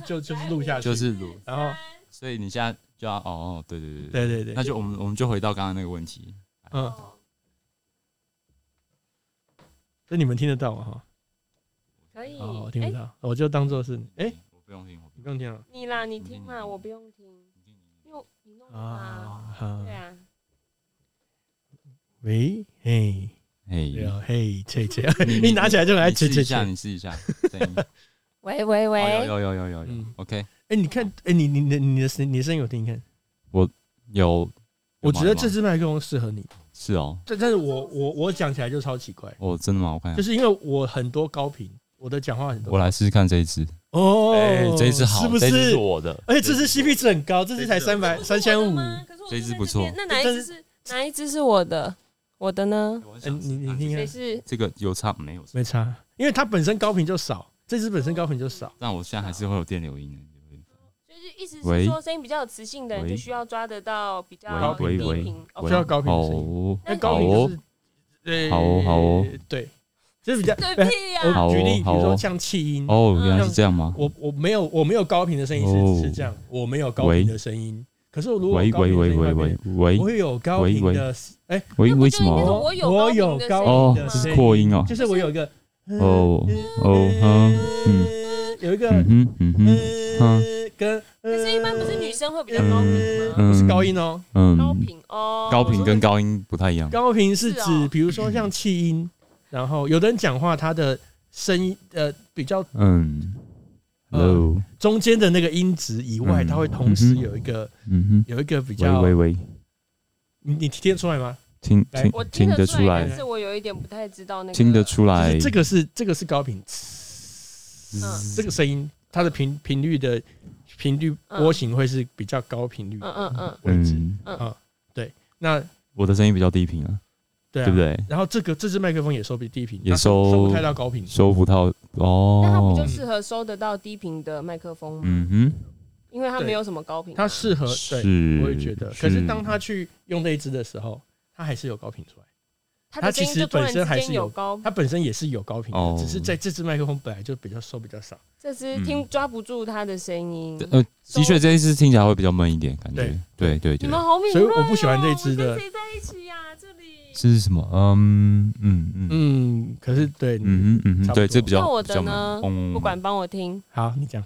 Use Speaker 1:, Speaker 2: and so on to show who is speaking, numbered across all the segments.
Speaker 1: 就就是录下去，
Speaker 2: 就是录。
Speaker 1: 然后
Speaker 2: 所以你现在就要哦哦，对对对对，
Speaker 1: 对对对
Speaker 2: 那，就我们我们就回到刚刚那个问题，
Speaker 1: 嗯，
Speaker 3: 哦
Speaker 1: 这你们听得到吗？哈，
Speaker 3: 可以
Speaker 1: 哦，我听不
Speaker 3: 哎
Speaker 1: 到，我就当做是你，哎，
Speaker 2: 哦我不用听，我不
Speaker 1: 你
Speaker 2: 用
Speaker 1: 更听了
Speaker 3: 你啦，你听
Speaker 2: 嗯
Speaker 3: 啦，我不用听，
Speaker 2: 听。
Speaker 3: 因为你弄的啦。
Speaker 1: 啊，
Speaker 3: 对
Speaker 1: 哈
Speaker 3: 啊，
Speaker 1: 喂，嘿，对
Speaker 2: 哎，
Speaker 1: 啊，嘿，切切，
Speaker 2: 你
Speaker 1: 一拿起来就来
Speaker 2: 你
Speaker 1: 切
Speaker 2: 试
Speaker 1: 切切
Speaker 2: 一下，，你试一下声 音。
Speaker 3: 喂喂
Speaker 2: 哦
Speaker 3: 喂，
Speaker 2: 有有有有有有
Speaker 1: 嗯
Speaker 2: ，OK，
Speaker 1: 哎，你看，哎，你你你你的声你的声音我听一看，
Speaker 2: 有。
Speaker 1: 我
Speaker 2: 有吗
Speaker 1: 觉得
Speaker 2: 有吗
Speaker 1: 这支麦克风适合你，
Speaker 2: 是哦，
Speaker 1: 但但是我我我讲起来就超奇怪，
Speaker 2: 哦，真的吗？我看一
Speaker 1: 就
Speaker 2: 下，
Speaker 1: 是因为我很多高频，我的讲话很
Speaker 2: 我
Speaker 1: 多，
Speaker 2: 来试试看这一支。
Speaker 1: 哦
Speaker 2: 哎，这一支好，
Speaker 1: 是不
Speaker 2: 这一支
Speaker 1: 是？
Speaker 2: 我的。
Speaker 1: 而且这支 CP 值很高，这支才
Speaker 2: 这支
Speaker 1: 三百
Speaker 3: 这
Speaker 1: 三
Speaker 3: 是
Speaker 1: 千
Speaker 3: 我的
Speaker 1: 五，
Speaker 3: 吗可是我
Speaker 2: 这一
Speaker 3: 坐
Speaker 2: 只
Speaker 3: 在
Speaker 2: 不
Speaker 3: 那边
Speaker 2: 错
Speaker 3: 那哪一只是哪一只是我的？我的呢？
Speaker 2: 我
Speaker 1: 哎，
Speaker 2: 很想
Speaker 1: 你
Speaker 2: 试
Speaker 1: 你
Speaker 2: 看
Speaker 1: 听一
Speaker 3: 谁
Speaker 1: 看。
Speaker 3: 是？
Speaker 2: 这个有差没有差？
Speaker 1: 没差，因为它本身高频就少，这支本身高频就少。
Speaker 2: 但我现在还是会有电流音的。
Speaker 3: 就是意思
Speaker 2: 喂
Speaker 3: 是说，声音比较有磁性的人
Speaker 2: 喂
Speaker 3: 就需要抓得到比较
Speaker 1: 高
Speaker 2: 喂
Speaker 3: 低
Speaker 1: 频
Speaker 2: 喂喂
Speaker 3: 频。哦
Speaker 2: 喂
Speaker 1: 需要高频的声
Speaker 2: 哦，
Speaker 1: 那
Speaker 3: 那
Speaker 1: 高频就
Speaker 2: 哦
Speaker 1: 是，呃
Speaker 2: 好哦好哦，
Speaker 1: 对，就是比较。
Speaker 3: 对 啊
Speaker 1: 呃
Speaker 3: 屁呀！
Speaker 2: 好
Speaker 1: 我
Speaker 2: 哦
Speaker 1: 举例，比
Speaker 2: 好哦
Speaker 1: 如说像气音，
Speaker 2: 哦，
Speaker 3: 嗯
Speaker 2: 原来是这样吗？
Speaker 1: 我我没有我没有高频的声音
Speaker 2: 哦
Speaker 1: 是是这样，我没有高频的声音，可是我如果
Speaker 2: 喂
Speaker 1: 有高频
Speaker 2: 喂
Speaker 1: 的声音外
Speaker 2: 喂喂喂
Speaker 1: 面
Speaker 2: 喂
Speaker 1: 我会有高
Speaker 2: 喂
Speaker 1: 频
Speaker 2: 喂
Speaker 1: 的，哎，
Speaker 2: 喂，
Speaker 3: 那不
Speaker 2: 为
Speaker 3: 就
Speaker 2: 什
Speaker 3: 应该是
Speaker 2: 么？
Speaker 3: 我有
Speaker 1: 我有
Speaker 3: 高
Speaker 1: 高
Speaker 2: 哦
Speaker 3: 频
Speaker 1: 频
Speaker 3: 的
Speaker 1: 的
Speaker 3: 声
Speaker 2: 这
Speaker 1: 声
Speaker 2: 是
Speaker 3: 音
Speaker 2: 扩音哦，
Speaker 1: 就是我有一个
Speaker 2: 哦哦嗯嗯，
Speaker 1: 呃有一个
Speaker 2: 嗯哼嗯哼嗯
Speaker 1: 呃跟
Speaker 3: 可
Speaker 1: 可
Speaker 3: 是，一般不是女生会比较高频吗？
Speaker 2: 嗯
Speaker 1: 不是高音哦，
Speaker 3: 高
Speaker 2: 嗯，
Speaker 3: 频哦，
Speaker 2: 高频跟高音不太一样。
Speaker 1: 高频是
Speaker 3: 是哦
Speaker 1: 指，比如说像气音，然后有的人讲话，他的声音呃比较
Speaker 2: 嗯，hello，
Speaker 1: 中间的那个音值以外，
Speaker 2: 嗯
Speaker 1: 它会同时
Speaker 2: 嗯哼
Speaker 1: 有一个
Speaker 2: 嗯
Speaker 1: 有一个比较
Speaker 2: 哼，，喂喂喂，
Speaker 1: 你你听得出来吗？
Speaker 2: 听
Speaker 1: 来
Speaker 2: 听
Speaker 3: 我
Speaker 2: 听
Speaker 3: 得
Speaker 2: 得出来
Speaker 3: 但，是我有一点不太知道那个
Speaker 2: 听得出
Speaker 1: 就
Speaker 2: 来
Speaker 1: 是，这个是这个是高频，
Speaker 3: 嗯
Speaker 1: 这个声音它的频频率的频率
Speaker 3: 嗯
Speaker 1: 波形会是比较高频率
Speaker 3: 嗯嗯嗯，
Speaker 1: 位置。
Speaker 2: 嗯，
Speaker 1: 那
Speaker 2: 我的声音比较低频啊，
Speaker 1: 对啊
Speaker 2: 对不？对？
Speaker 1: 然后这个这支麦克风也收比低频，
Speaker 2: 也
Speaker 1: 它收
Speaker 2: 收
Speaker 1: 收不太到高频，
Speaker 2: 收不到
Speaker 3: 那它不
Speaker 2: 哦
Speaker 3: 就，适合收得到低频的麦克风吗？
Speaker 2: 嗯
Speaker 3: 因为它没有什么高频啊，
Speaker 1: 它适合呃
Speaker 2: 哼，
Speaker 1: 对，
Speaker 2: 嗯是，
Speaker 1: 我也觉得。可是当他去用那一支的时候，它还是有高频出来，
Speaker 3: 它
Speaker 1: 它
Speaker 3: 的
Speaker 1: 其
Speaker 3: 声
Speaker 1: 实
Speaker 3: 音就突然之
Speaker 1: 本身还
Speaker 3: 间
Speaker 1: 是
Speaker 3: 有
Speaker 1: 有
Speaker 3: 高，
Speaker 1: 它本身也是有高频
Speaker 2: 哦
Speaker 1: 的，只是在这支麦克风本来就比较收比较少。
Speaker 3: 这是
Speaker 2: 嗯
Speaker 3: 听抓不住它的声音。
Speaker 2: 呃，的确这一次听起来会比较闷一点，感觉，对对
Speaker 3: 你
Speaker 2: 对
Speaker 3: 们，好敏锐哦，
Speaker 1: 所以我不喜欢这一支的
Speaker 3: 我们跟谁在一起呀？这里
Speaker 2: 这是什么？嗯嗯嗯
Speaker 1: 嗯，可是对，
Speaker 2: 嗯嗯嗯，
Speaker 1: 差不多
Speaker 2: 对，这比较
Speaker 3: 那我
Speaker 2: 比较
Speaker 3: 的
Speaker 2: 闷
Speaker 3: 呢，
Speaker 2: 嗯
Speaker 3: 不管帮我听
Speaker 1: 好，你讲，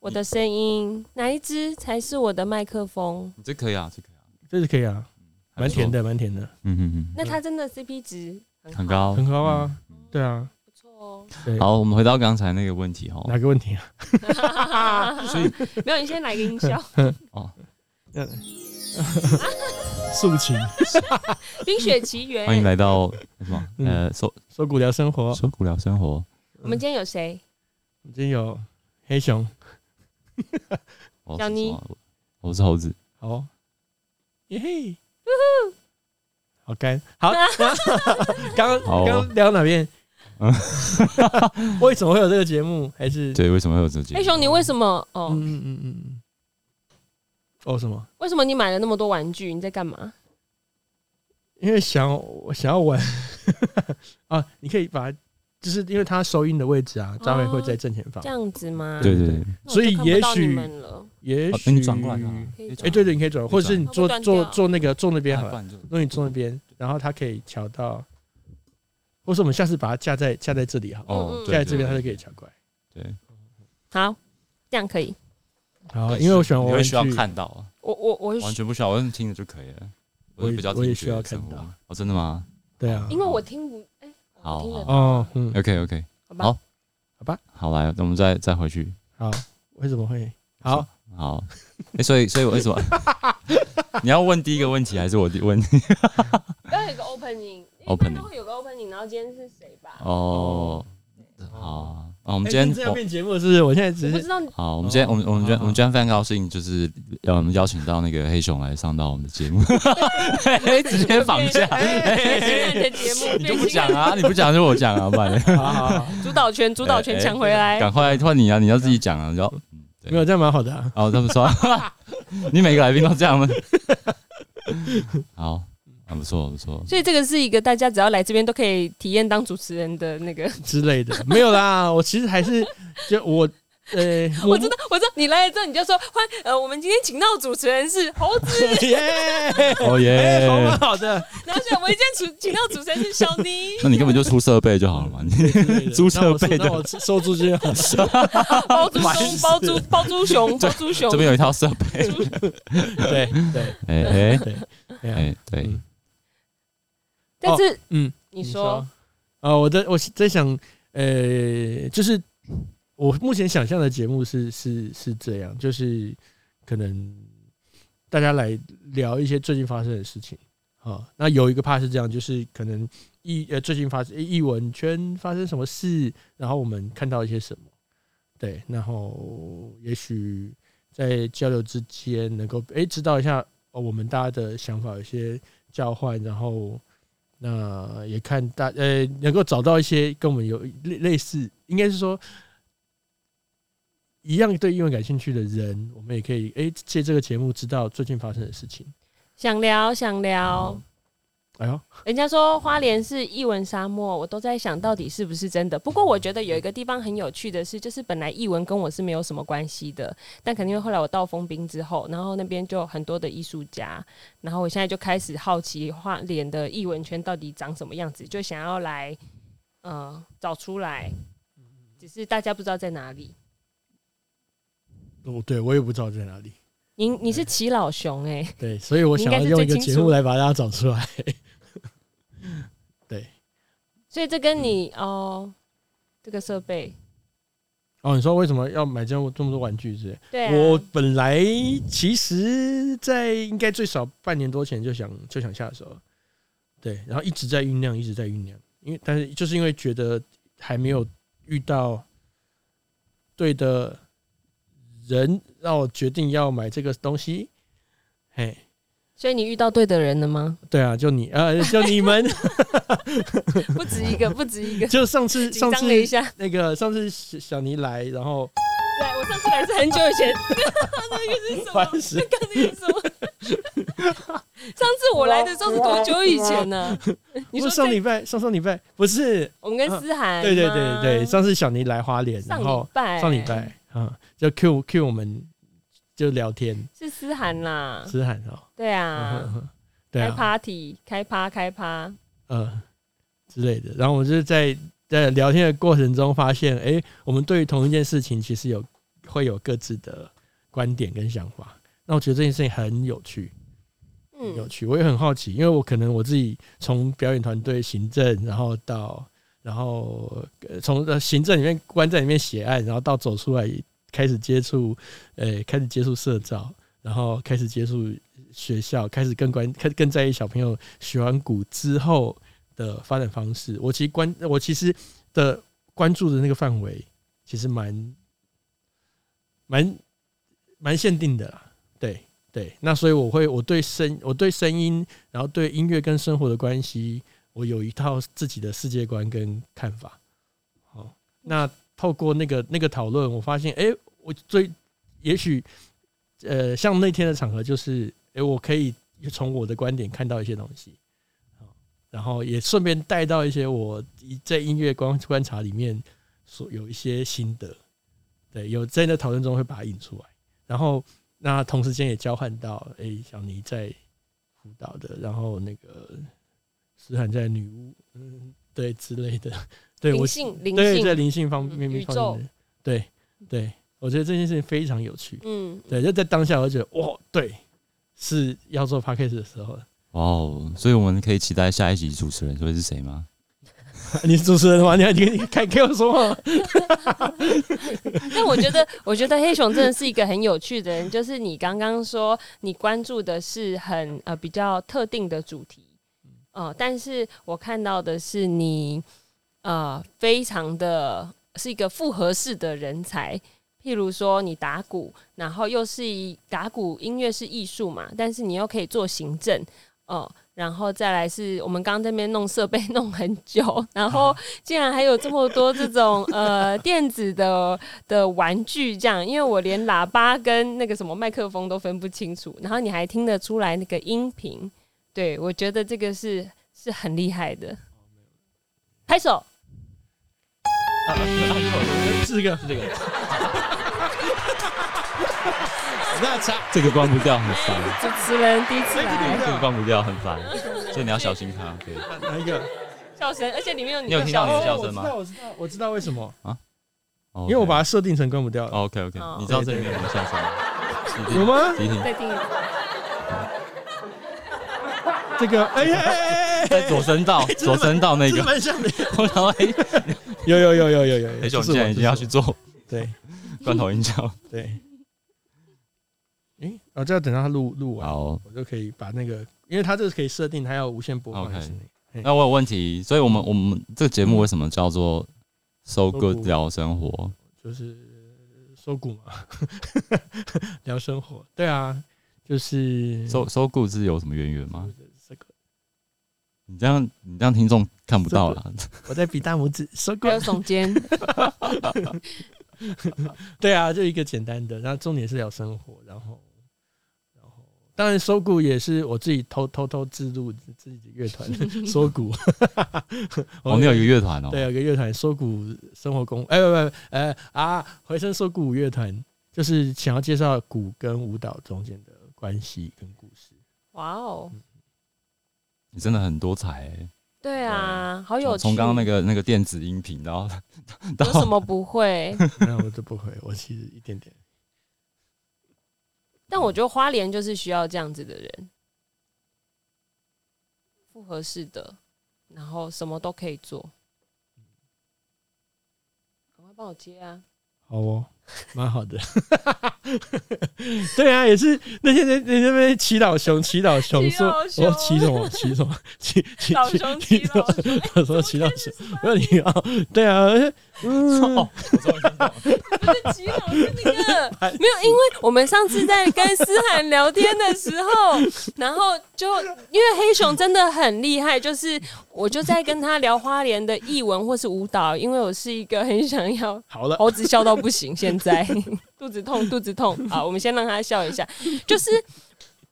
Speaker 3: 我的声音，哪一支才是我的麦克风？
Speaker 2: 这可以啊，这可以啊，
Speaker 1: 这是可以啊，蛮甜，的，蛮甜的，
Speaker 2: 嗯嗯
Speaker 3: 那它真的 CP 值很
Speaker 2: 嗯，
Speaker 3: 好
Speaker 2: 很，高
Speaker 1: 很高啊，对啊。
Speaker 3: 不错哦。
Speaker 1: 对，
Speaker 2: 好，我们回到刚才那个问题哈，
Speaker 1: 哪个问题啊？
Speaker 2: 所以
Speaker 3: 没有，你先来个音 效，
Speaker 1: 嗯抒情，
Speaker 3: 《冰雪奇缘
Speaker 2: 欢迎》。来到什么
Speaker 1: 嗯
Speaker 2: 呃，说
Speaker 1: 说古聊生活。
Speaker 2: 说古聊生活，
Speaker 3: 我们今天有谁？
Speaker 1: 我们今天有黑熊，
Speaker 2: 哦我是猴子，
Speaker 1: 好哦，耶嘿，好干，好。 刚
Speaker 2: 好哦
Speaker 1: 刚刚聊哪 边
Speaker 2: 嗯？
Speaker 1: 为什么会有这个节目？还是
Speaker 2: 对，为什么会有这节
Speaker 3: 黑？哎熊，你为什么？
Speaker 1: 嗯
Speaker 3: 哦，
Speaker 1: 嗯嗯嗯嗯。哦什么？
Speaker 3: 为什么你买了那么多玩具？你在干嘛？
Speaker 1: 因为想我想要玩 啊，你可以把它，就是因为它收音的位置啊，张伟会在正前方
Speaker 3: 哦这，样子吗？
Speaker 2: 对对对，
Speaker 3: 那我就
Speaker 1: 所以
Speaker 3: 看不到
Speaker 1: 也许
Speaker 3: 你们了，
Speaker 1: 也
Speaker 2: 哦
Speaker 1: 许
Speaker 2: 那你转过来看啊，
Speaker 3: 可以
Speaker 2: 你
Speaker 3: 转
Speaker 1: 哎，对对，你可以转，或者是你坐
Speaker 3: 它会断掉
Speaker 1: 坐坐那个坐那边好了
Speaker 2: 啊不。然就
Speaker 1: 如果你坐那边，然后它可以调到，或是我们下次把它架在架在这里好了，
Speaker 2: 哦，
Speaker 3: 嗯
Speaker 2: 对
Speaker 1: 架在这边它
Speaker 2: 对
Speaker 1: 就可以调过来。
Speaker 2: 对，
Speaker 3: 好，这样可以。
Speaker 1: 好，
Speaker 2: 对
Speaker 1: 哦因为我喜欢
Speaker 2: 你
Speaker 1: 玩
Speaker 2: 会
Speaker 1: 玩
Speaker 2: 需要
Speaker 1: 具，
Speaker 2: 看到啊，
Speaker 3: 我我我，
Speaker 2: 完全不需要，我用听着就可以了。
Speaker 1: 我也
Speaker 2: 是比较
Speaker 1: 我也
Speaker 2: 听觉
Speaker 1: 需要
Speaker 2: 的生
Speaker 1: 看
Speaker 2: 活
Speaker 1: 到
Speaker 2: 哦，真的吗
Speaker 1: 对啊，
Speaker 3: 因为我听不，哎，我
Speaker 2: 好
Speaker 3: 听得
Speaker 2: 好
Speaker 3: 到，
Speaker 1: 哦，嗯，
Speaker 2: ？OK OK，
Speaker 3: 好吧
Speaker 2: 好？
Speaker 1: 好吧，
Speaker 2: 好来，那我们再再回去。
Speaker 1: 好，为什么会好？
Speaker 2: 好，哎，所以所以我为什么？ 你要问第一个问题还是我第问？
Speaker 3: 要有一个 opening，一般
Speaker 2: Opening
Speaker 3: 都会有个 opening，然后今天是谁吧？
Speaker 2: 哦，好啊，啊我
Speaker 1: 我
Speaker 2: 们今
Speaker 1: 哎这
Speaker 2: 天
Speaker 1: 要
Speaker 2: 我
Speaker 1: 变节目是不是？我现在
Speaker 3: 我
Speaker 1: 只
Speaker 3: 不知
Speaker 1: 是
Speaker 3: 道，
Speaker 2: 好，我们今天我们我们今天我们今天非常高兴，就是呃我们邀请到那个黑熊来上到我们的节目， 直接绑架。
Speaker 3: 变形人的节目，
Speaker 2: 你就
Speaker 3: 变
Speaker 2: 不
Speaker 3: 形
Speaker 2: 讲
Speaker 3: 人
Speaker 2: 啊？你不讲就我讲啊，不然
Speaker 1: 好好好，
Speaker 3: 主导权，主导权抢回来。
Speaker 2: 赶快换你啊！你要自己讲啊！然后对
Speaker 1: 嗯没有这样蛮好的啊。
Speaker 2: 哦，这么说， 你每个来宾都这样吗？ 好，很不错，不错。
Speaker 3: 所以这个是一个大家只要来这边都可以体验当主持人的那个，
Speaker 1: 之类的，没有啦。我其实还是就我 呃，
Speaker 3: 我知道，我知道，你来了之后你就说欢，呃，我们今天请到的主持人是猴子，
Speaker 1: 道， 耶，
Speaker 2: 哦耶！
Speaker 1: 哎好嘛好的，
Speaker 3: 然后现在我们今天请请到主持人是小妮，
Speaker 2: 那你根本就出设备就好了嘛，你 租设备
Speaker 1: 那
Speaker 2: 的
Speaker 1: 我收租 金好了，
Speaker 3: 包猪
Speaker 1: 烦
Speaker 3: 熊，
Speaker 1: 死
Speaker 3: 包猪包猪 熊，包猪熊
Speaker 2: 这，边有一套设备，
Speaker 1: 对对 对对
Speaker 2: 哎哎
Speaker 1: 啊，
Speaker 2: 哎，对，
Speaker 1: 嗯
Speaker 3: 但是
Speaker 1: 嗯，
Speaker 3: 哦你说，
Speaker 1: 啊，我在我在想，呃，就是我目前想象的节目是是是这样，就是可能大家来聊一些最近发生的事情。啊，那有一个怕是这样，就是可能艺呃最近发生艺文圈发生什么事，然后我们看到一些什么，对，然后也许在交流之间能够诶、知道一下、哦、我们大家的想法有些交换，然后那也看大呃能够找到一些跟我们有类类似，应该是说一样对英文感兴趣的人，我们也可以诶、借这个节目知道最近发生的事情。
Speaker 3: 想聊想聊，
Speaker 1: 哎呦，
Speaker 3: 人家说花莲是艺文沙漠，我都在想到底是不是真的。不过我觉得有一个地方很有趣的是，就是本来艺文跟我是没有什么关系的，但肯定后来我到丰滨之后，然后那边就很多的艺术家，然后我现在就开始好奇花莲的艺文圈到底长什么样子，就想要来呃找出来，只是大家不知道在哪里。
Speaker 1: 哦，对我也不知道在 哪里，
Speaker 3: 你你是齐老熊哎、
Speaker 1: 对，所以我想要用一个节目来把大家找 出来。
Speaker 3: 所以这跟你、
Speaker 1: 嗯
Speaker 3: 哦这个设备
Speaker 1: 哦，你说为什么要买这么这么多玩具之类？
Speaker 3: 对、啊、
Speaker 1: 我本来其实，在应该最少半年多前就想就想下手了，对，然后一直在酝酿，一直在酝酿，因为但是就是因为觉得还没有遇到对的人，让我决定要买这个东西。嘿，
Speaker 3: 所以你遇到对的人 了吗？
Speaker 1: 对啊，就你呃，就你们，，
Speaker 3: 不止一个，不止一个
Speaker 1: 就上次
Speaker 3: 紧
Speaker 1: 上
Speaker 3: 张了一
Speaker 1: 次
Speaker 3: 下。
Speaker 1: 那个上次小小尼来，然后
Speaker 3: 对，我上次来是很久以前， 那个是什么？
Speaker 1: 烦死
Speaker 3: 那个是什 么？上次我来的时候是多久以前呢、
Speaker 1: 不
Speaker 3: 你说
Speaker 1: 是上
Speaker 3: 在
Speaker 1: 礼拜上上礼拜不是，
Speaker 3: 我们跟思涵、
Speaker 1: 对对对对，上次小尼来花莲，
Speaker 3: 上
Speaker 1: 然后
Speaker 3: 礼拜
Speaker 1: 上礼拜，嗯，就 Q Q 我们就聊天，
Speaker 3: 是思涵啦，
Speaker 1: 思涵哦，
Speaker 3: 对
Speaker 1: 嗯
Speaker 3: 啊，
Speaker 1: 哼 对
Speaker 3: 开
Speaker 1: 啊，
Speaker 3: party，开趴，开趴，
Speaker 1: 嗯之类的。然后我们就是在在聊天的过程中发现，哎，我们对于同一件事情其实有会有各自的观点跟想法。那我觉得这件事情很有趣，很有
Speaker 3: 嗯，
Speaker 1: 趣，我也很好奇，因为我可能我自己从表演团队、行政，然后到然后呃从呃行政里面关在里面写案，然后到走出来开始接触，呃，开始接触社招，然后开始接触学校，开始更关开始更在意小朋友喜欢鼓之后的发展方式。我其实关我其实的关注的那个范围其实蛮蛮蛮限定的啦，对。对，那所以我会我对声我对声音，然后对音乐跟生活的关系，我有一套自己的世界观跟看法。好，那透过那个那个讨论，我发现，哎、我最也许呃，像那天的场合，就是哎、诶我可以从我的观点看到一些东西，好然后也顺便带到一些我一在音乐观观察里面所有一些心得。对，有在那讨论中会把它引出来，然后。那同时间也交换到，诶，小尼在辅导的，然后那个思涵在女巫，嗯，对之类的，对我
Speaker 3: 灵性，灵
Speaker 1: 对在
Speaker 3: 性，
Speaker 1: 灵性方
Speaker 3: 嗯
Speaker 1: 面
Speaker 3: 宇
Speaker 1: 方面的，对对，我觉得这件事情非常有趣，
Speaker 3: 嗯，
Speaker 1: 对，就在当下我就觉得，哇，对，是要做 p a c k a g e 的时候了，
Speaker 2: 哇哦！所以我们可以期待下一集主持人会是谁吗？
Speaker 1: 你是主持人吗？你你你看给我说 话，
Speaker 3: 但我觉得，我觉得黑熊真的是一个很有趣的人。就是你刚刚说，你关注的是很呃比较特定的主题，呃，但是我看到的是你呃非常的是一个复合式的人才。譬如说，你打鼓，然后又是一打鼓音乐是艺术嘛，但是你又可以做行政，哦、然后再来是我们刚刚这边弄设备 弄很久，然后竟然还有这么多这种呃电子的的玩具这样，因为我连喇叭跟那个什么麦克风都分不清楚，然后你还听得出来那个音频，对我觉得这个是是很厉害的。拍手，
Speaker 1: 啊 是这个是这个，那差
Speaker 2: 这个关不掉很烦，
Speaker 3: 主持人第一次
Speaker 1: 哎
Speaker 3: 来
Speaker 1: 这个
Speaker 2: 这个关不掉很烦，所以你要小心它。对，
Speaker 1: 哪一个？
Speaker 3: 笑声，而且里面有你
Speaker 2: 你有
Speaker 3: 的
Speaker 2: 听到
Speaker 3: 笑
Speaker 2: 你的
Speaker 3: 声，
Speaker 2: 笑声吗
Speaker 1: 哦
Speaker 2: 哦
Speaker 1: 我知道，我知道，我知道为什么，
Speaker 2: 因
Speaker 1: 因为我把它设定成关不掉了，
Speaker 2: OK OK，
Speaker 3: 哦
Speaker 2: 你知道这里面有什么笑声？你听
Speaker 1: 有？吗？
Speaker 2: 你听，
Speaker 3: 再 听一次。
Speaker 1: 这 个，哎呀，哎哎哎
Speaker 2: 在左声道，
Speaker 1: 哎
Speaker 2: 左声道那
Speaker 1: 这
Speaker 2: 个，
Speaker 1: 蛮像的，
Speaker 2: 我想到 哎，
Speaker 1: 有有有有有有，
Speaker 2: 裴
Speaker 1: 这
Speaker 2: 雄
Speaker 1: 是我
Speaker 2: 哎现在已经要，去
Speaker 1: 这是
Speaker 2: 做
Speaker 1: 我 对
Speaker 2: 罐头音效。
Speaker 1: 对，诶，我就要等到它录录完，
Speaker 2: 好，
Speaker 1: 我就可以把那个，因为它这是可以设定它要无限播放
Speaker 2: OK
Speaker 1: 还是那个
Speaker 2: 那我有问题，所以我们我们这个节目为什么叫做 “So Good 聊生活
Speaker 1: 就是收股嘛， 聊生活，对啊，就是”？
Speaker 2: 收收 Good 是有什么渊源吗？
Speaker 1: 这个，
Speaker 2: 你这样你这样听众看不到了，
Speaker 1: 我在比大拇指，收股
Speaker 2: 哎
Speaker 3: 还有耸肩，
Speaker 1: 对啊，就一个简单的，然后重点是聊生活，然后，然后，当然收股也是我自己偷偷偷自录自己的乐 团收股。
Speaker 2: 哦我们有一个乐团 哦，
Speaker 1: 对，啊有个乐团收股生活工，哎、不不不，呃啊，回声收股舞乐团，就是想要介绍鼓跟舞蹈中间的关系跟故事。
Speaker 3: 哇哦，
Speaker 2: 你真的很多才欸，
Speaker 3: 对啊，好有趣。
Speaker 2: 从刚刚那个那个电子音频，然后
Speaker 3: 有什
Speaker 2: 到
Speaker 3: 么不会？
Speaker 1: 那我就不会，我其实一点点。
Speaker 3: 但我觉得花莲就是需要这样子的人，复合式的，然后什么都可以做。赶快帮我接 啊！
Speaker 1: 好哦，蛮好的。 对啊，也是那天在在那边祈祷熊，祈祷熊
Speaker 3: 祈
Speaker 1: 说
Speaker 3: 祷：“熊
Speaker 1: 我祈什么？祈什么？ 祈祈
Speaker 3: 老
Speaker 1: 祈
Speaker 3: 兄
Speaker 1: 祈
Speaker 3: 弟，
Speaker 1: 祷
Speaker 3: 老兄弟，
Speaker 1: 我说祈祷熊，我说你啊，对啊，而且嗯
Speaker 2: 哦，我终于听懂了
Speaker 3: 吉 老是那个没有，因为我们上次在跟思涵聊天的时候，然后就因为黑熊真的很厉害，就是我就在跟他聊花莲的艺文或是舞蹈，因为我是一个很想要
Speaker 1: 好了，
Speaker 3: 猴子笑到不行，现在 肚子痛，肚子 痛啊！好我们先让他笑一下，就是。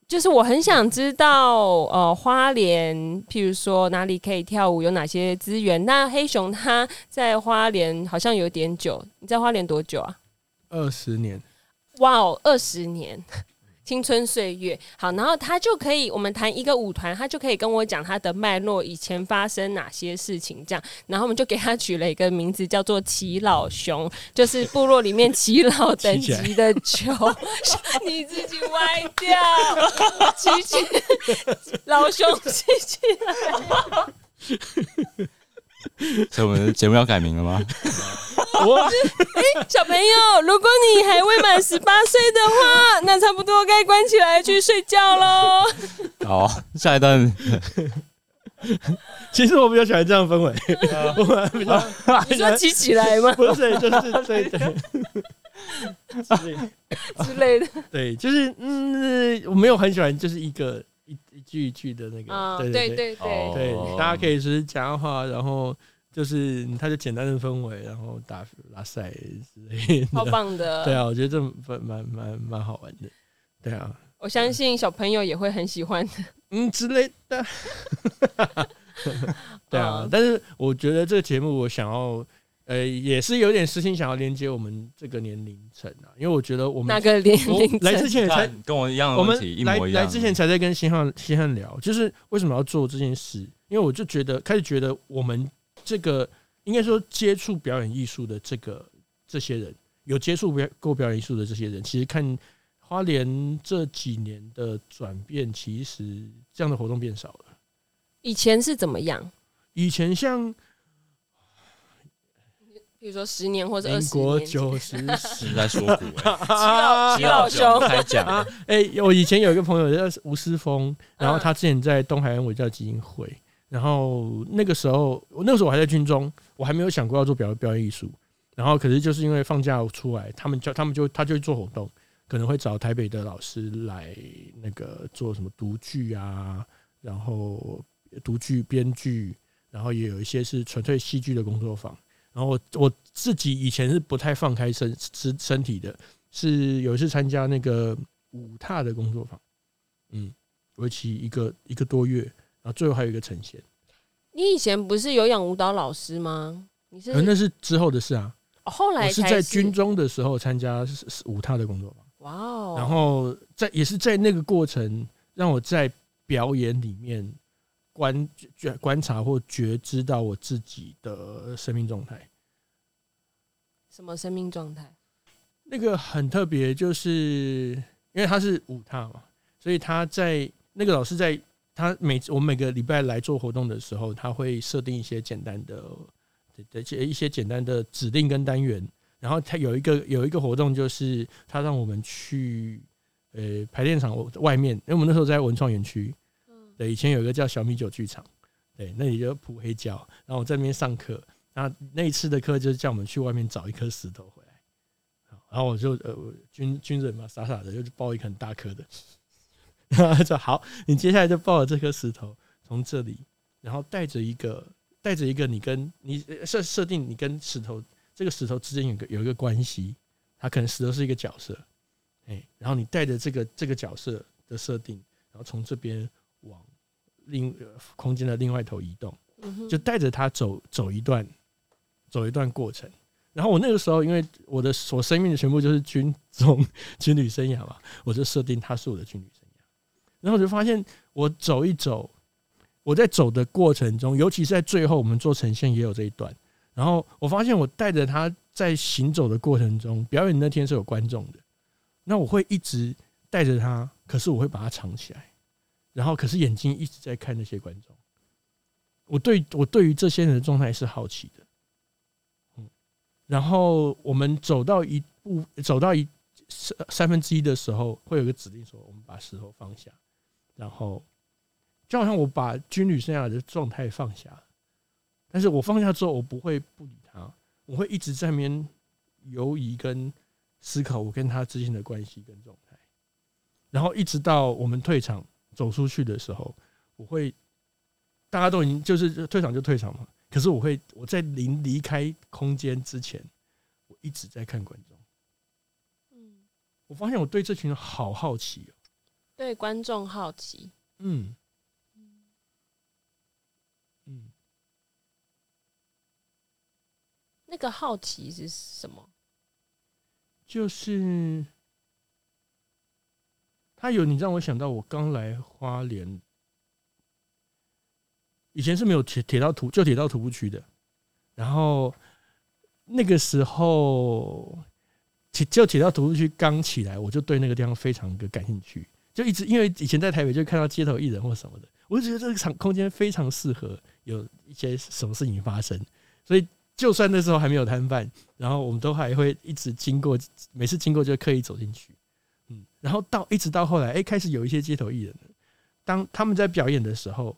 Speaker 3: 就是我很想知道，呃，花莲，譬如说哪里可以跳舞，有哪些资源？那黑熊他在花莲好像有点久，你在花莲多久啊？
Speaker 1: 二十年，
Speaker 3: 哇哦，二十年。 青春岁月，好，然后他就可以，我们谈一个舞团，他就可以跟我讲他的脉络，以前发生哪些事情，这样，然后我们就给他取了一个名字，叫做“齐老熊”， 就是部落里面齐老等级的球， 你自己歪掉，齐起， 老熊齐起，
Speaker 2: 所以我们的节目要改名了吗？
Speaker 1: 我
Speaker 3: 小朋友，如果你还未满十八岁的话，那差不多该关起来去睡觉喽。
Speaker 2: 好，下一段
Speaker 1: 其实我比较喜欢这样的氛围，我们比较
Speaker 3: 你说齐起来吗？
Speaker 1: 不是，就是对对。
Speaker 3: 之类的。
Speaker 1: 对，就是嗯，我没有很喜欢，就是一个一一句一句的那个，
Speaker 3: 啊，
Speaker 1: 对
Speaker 3: 对
Speaker 1: 对
Speaker 3: 对
Speaker 2: 哦
Speaker 3: 对，
Speaker 1: 对，
Speaker 2: 哦
Speaker 1: 大家可以只是讲话，然后就是它就简单的氛围，然后打拉塞之类
Speaker 3: 超
Speaker 1: 的。
Speaker 3: 棒 的。
Speaker 1: 对啊，我觉得这蛮蛮蛮蛮好玩的。对啊，
Speaker 3: 我相信小朋友也会很喜欢的。
Speaker 1: 嗯之类的。 对啊
Speaker 3: 嗯，
Speaker 1: 但是我觉得这个节目我想要。呃，也是有点私心，想要连接我们这个年龄层啊，因为我觉得我们
Speaker 3: 那个年龄
Speaker 1: 我嗯哦来之
Speaker 3: 层，
Speaker 1: 前也哎才
Speaker 2: 跟我一样的
Speaker 1: 我
Speaker 2: 问
Speaker 1: 们
Speaker 2: 题，一
Speaker 1: 来
Speaker 2: 模一样。
Speaker 1: 来之前才在跟星汉星汉聊，就是为什么要做这件事？因为我就觉得开始觉得我们这个应该说接触表演艺术的这个这些人，有接触表过表演艺术的这些人，其实看花莲这几年的转变，其实这样的活动变少了。
Speaker 3: 以前是怎么样？
Speaker 1: 以前像
Speaker 3: 比如说十年或者二
Speaker 1: 民
Speaker 3: 十
Speaker 1: 国
Speaker 3: 年前，
Speaker 1: 九十
Speaker 2: 是在说古哎，
Speaker 3: 老齐老兄，
Speaker 2: 开讲
Speaker 1: 啊，哎、我以前有一个朋友叫吴思峰，然后他之前在东海岸文教基金会，然后那个时候，我那个时候我还在军中，我还没有想过要做表表演艺术，然后可是就是因为放假出来，他们叫他们就他就会做活动，可能会找台北的老师来那个做什么读剧啊，然后读剧编剧，然后也有一些是纯粹戏剧的工作坊。然后我我自己以前是不太放开身身身体的，是有一次参加那个舞踏的工作坊，嗯，为期一个一个多月，然后最后还有一个呈现，
Speaker 3: 你以前不是有氧舞蹈老师吗？你是
Speaker 1: 呃
Speaker 3: 哦
Speaker 1: 可能那是之后的事啊。
Speaker 3: 后
Speaker 1: 我
Speaker 3: 来
Speaker 1: 是
Speaker 3: 才
Speaker 1: 在军中的时候参加是是舞踏的工作坊，
Speaker 3: 哇哦，
Speaker 1: 然后在也是在那个过程，让我在表演里面观觉观察或觉知到我自己的生命状态。
Speaker 3: 什么生命状态？
Speaker 1: 那个很特别，就是因为他是舞踏嘛，所以他在那个老师在他每我们每个礼拜来做活动的时候，他会设定一些简单的的一些一些简单的指令跟单元，然后他有一个有一个活动就是他让我们去呃排练场外面，因为我们那时候在文创园区，对，以前有一个叫小米酒剧场，对，那里就铺黑胶，然后我在那边上课，那那一次的课就是叫我们去外面找一颗石头回来。好然后我就呃军军人嘛，傻傻的就抱一颗很大颗的，然后他说好，你接下来就抱着这颗石头从这里，然后带着一个带着一个你跟你呃设设定你跟石头这个石头之间有个有一个关系，它可能石头是一个角色，哎、然后你带着这个这个角色的设定，然后从这边往另呃空间的另外一头移动。
Speaker 3: 嗯哼
Speaker 1: 就带着他走走一段，走一段过程。然后我那个时候，因为我的所生命的全部就是军中 军旅生涯嘛，我就设定他是我的军旅生涯。然后我就发现，我走一走，我在走的过程中，尤其是在最后我们做呈现也有这一段。然后我发现，我带着他在行走的过程中，表演那天是有观众的，那我会一直带着他，可是我会把他藏起来，然后可是眼睛一直在看那些观众。我对我对于这些人的状态是好奇的，嗯，然后我们走到一步，走到一三三分之一的时候，会有一个指令说，我们把石头放下，然后就好像我把军旅生涯的状态放下了，但是我放下之后，我不会不理他，我会一直在那边犹疑跟思考我跟他之间的关系跟状态，然后一直到我们退场走出去的时候，我会大家都已经就是退场就退场嘛。可是我会我在临离开空间之前，我一直在看观众。
Speaker 3: 嗯
Speaker 1: 我发现我对这群人好好奇哦。
Speaker 3: 对观众好奇，
Speaker 1: 嗯嗯，
Speaker 3: 那个好奇是什么？
Speaker 1: 就是他有你让我想到我刚来花莲，以前是没有铁铁道徒就铁道徒步区的，然后那个时候铁就铁道徒步区刚起来，我就对那个地方非常的感兴趣，就一直因为以前在台北就看到街头艺人或什么的，我就觉得这个场空间非常适合有一些什么事情发生，所以就算那时候还没有摊贩，然后我们都还会一直经过，每次经过就刻意走进去，嗯，然后到一直到后来，哎、开始有一些街头艺人了，当他们在表演的时候，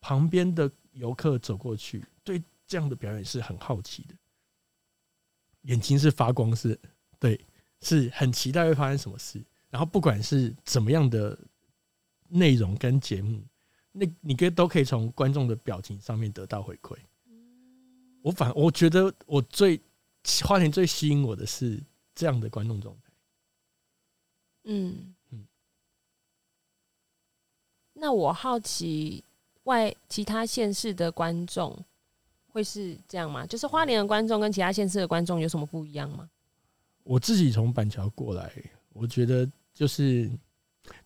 Speaker 1: 旁边的游客走过去，对这样的表演是很好奇的，眼睛是发光，是，对，是很期待会发生什么事。然后不管是怎么样的内容跟节目，那你可以都可以从观众的表情上面得到回馈。我反我觉得我最花莲最吸引我的是这样的观众状态。
Speaker 3: 嗯
Speaker 1: 嗯
Speaker 3: 那我好奇外其他县市的观众会是这样吗？就是花莲的观众跟其他县市的观众有什么不一样吗？
Speaker 1: 我自己从板桥过来，我觉得就是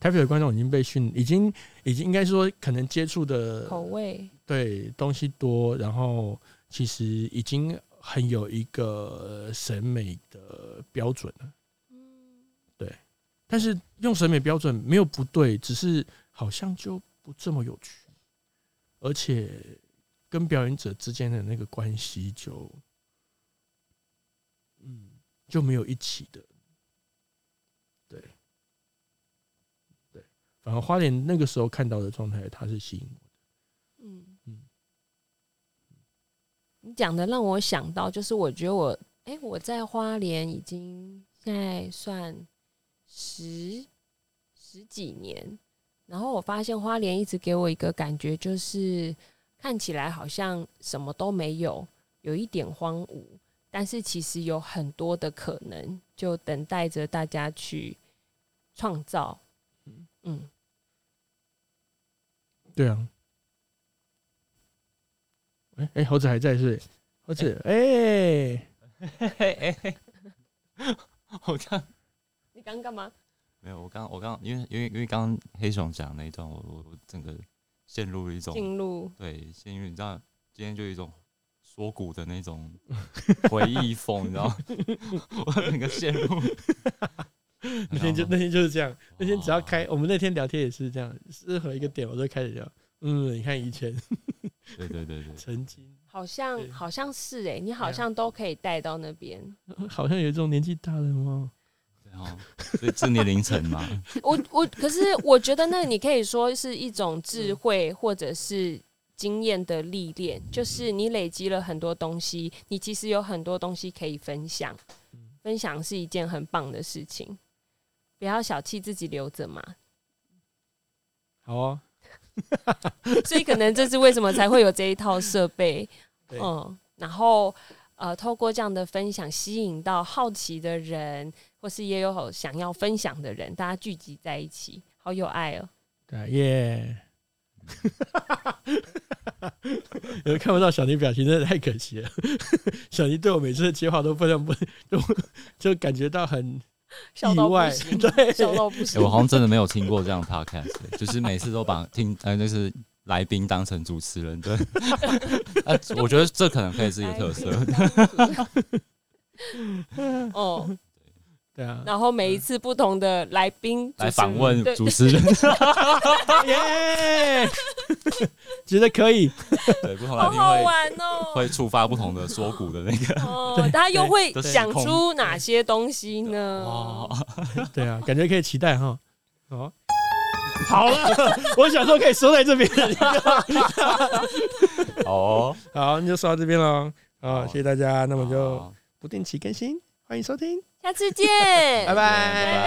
Speaker 1: 台北的观众已经被训，已经已经应该说可能接触的
Speaker 3: 口味，
Speaker 1: 对东西多，然后其实已经很有一个审美的标准了。
Speaker 3: 嗯，
Speaker 1: 但是用审美标准没有不对，只是好像就不这么有趣，而且跟表演者之间的那个关系就，嗯，就没有一起的，对，对，反而花莲那个时候看到的状态，它是吸引我
Speaker 3: 嗯
Speaker 1: 嗯
Speaker 3: 你讲的让我想到，就是我觉得我，哎、我在花莲已经现在算十十几年，然后我发现花莲一直给我一个感觉，就是看起来好像什么都没有，有一点荒芜，但是其实有很多的可能，就等待着大家去创造。嗯，
Speaker 1: 对啊，哎、哎，猴子还在是不是？或者哎，
Speaker 2: 我刚
Speaker 3: 你刚刚干嘛？
Speaker 2: 没有，我刚我刚因为因为因为刚刚黑熊讲那一段，我我我整个陷入一种
Speaker 3: 进入
Speaker 2: 对，陷入你知道今天就有一种缩骨的那 种回忆风，你知道吗，我整个陷入
Speaker 1: 那天就那天就是这样，那天只要
Speaker 2: 哦
Speaker 1: 开，我们那天聊天也是这样，任何一个点我都开始聊。嗯，你看以前
Speaker 2: 对对对对，
Speaker 1: 曾经
Speaker 3: 好像
Speaker 1: 对
Speaker 3: 好像是哎、你
Speaker 1: 对
Speaker 3: 好
Speaker 1: 啊
Speaker 3: 像都可以带到那边。
Speaker 1: 好像有一种年纪大了哦，
Speaker 2: 对哦，所以是你凌晨嘛，
Speaker 3: 我我可是我觉得那你可以说是一种智慧
Speaker 1: 嗯
Speaker 3: 或者是经验的历练，就是你累积了很多东西，你其实有很多东西可以分享，
Speaker 1: 嗯
Speaker 3: 分享是一件很棒的事情。不要小气，自己留着嘛。
Speaker 1: 好哦，
Speaker 3: 所以可能这是为什么才会有这一套设备。
Speaker 1: 对
Speaker 3: 嗯，然后呃，透过这样的分享，吸引到好奇的人，或是也有想要分享的人，大家聚集在一起，好有爱哦。
Speaker 1: 对啊耶。 你们看不到小尼表情，真的太可惜了。 小尼对我每次的接话都 非常不，就就感觉到很
Speaker 3: 笑
Speaker 1: 意
Speaker 3: 到不
Speaker 1: 外，
Speaker 3: 行，
Speaker 1: 对，
Speaker 3: 笑到不行
Speaker 2: 欸我。好像真的没有听过这样的 podcast，欸就是每次都把听呃就是来宾当成主持人，对， 啊，我觉得这可能可以是一个特色，
Speaker 3: 哦，
Speaker 1: 对啊，
Speaker 3: 然后每一次不同的来宾
Speaker 2: 来
Speaker 3: 主持人
Speaker 2: 访问
Speaker 3: 对
Speaker 2: 主持 人，
Speaker 1: 耶， 觉得可以，
Speaker 2: 对，不同来
Speaker 3: 好
Speaker 2: 宾
Speaker 3: 好
Speaker 2: 会
Speaker 3: 玩哦。
Speaker 2: 会触发不同的锁骨的那个，
Speaker 3: 哦，大家又会
Speaker 2: 对
Speaker 3: 想
Speaker 2: 对
Speaker 3: 出哪些东西呢
Speaker 2: 哦？，
Speaker 1: 对啊，感觉可以期待哈。哦， 好了，我想说可以收在这边了。
Speaker 2: 好哦，
Speaker 1: 好，那就说到这边喽。好，
Speaker 2: 好
Speaker 1: 谢谢大家，那
Speaker 2: 那
Speaker 1: 我们就不定期更新，欢迎收听，
Speaker 3: 下次见，
Speaker 1: 拜拜
Speaker 2: 拜。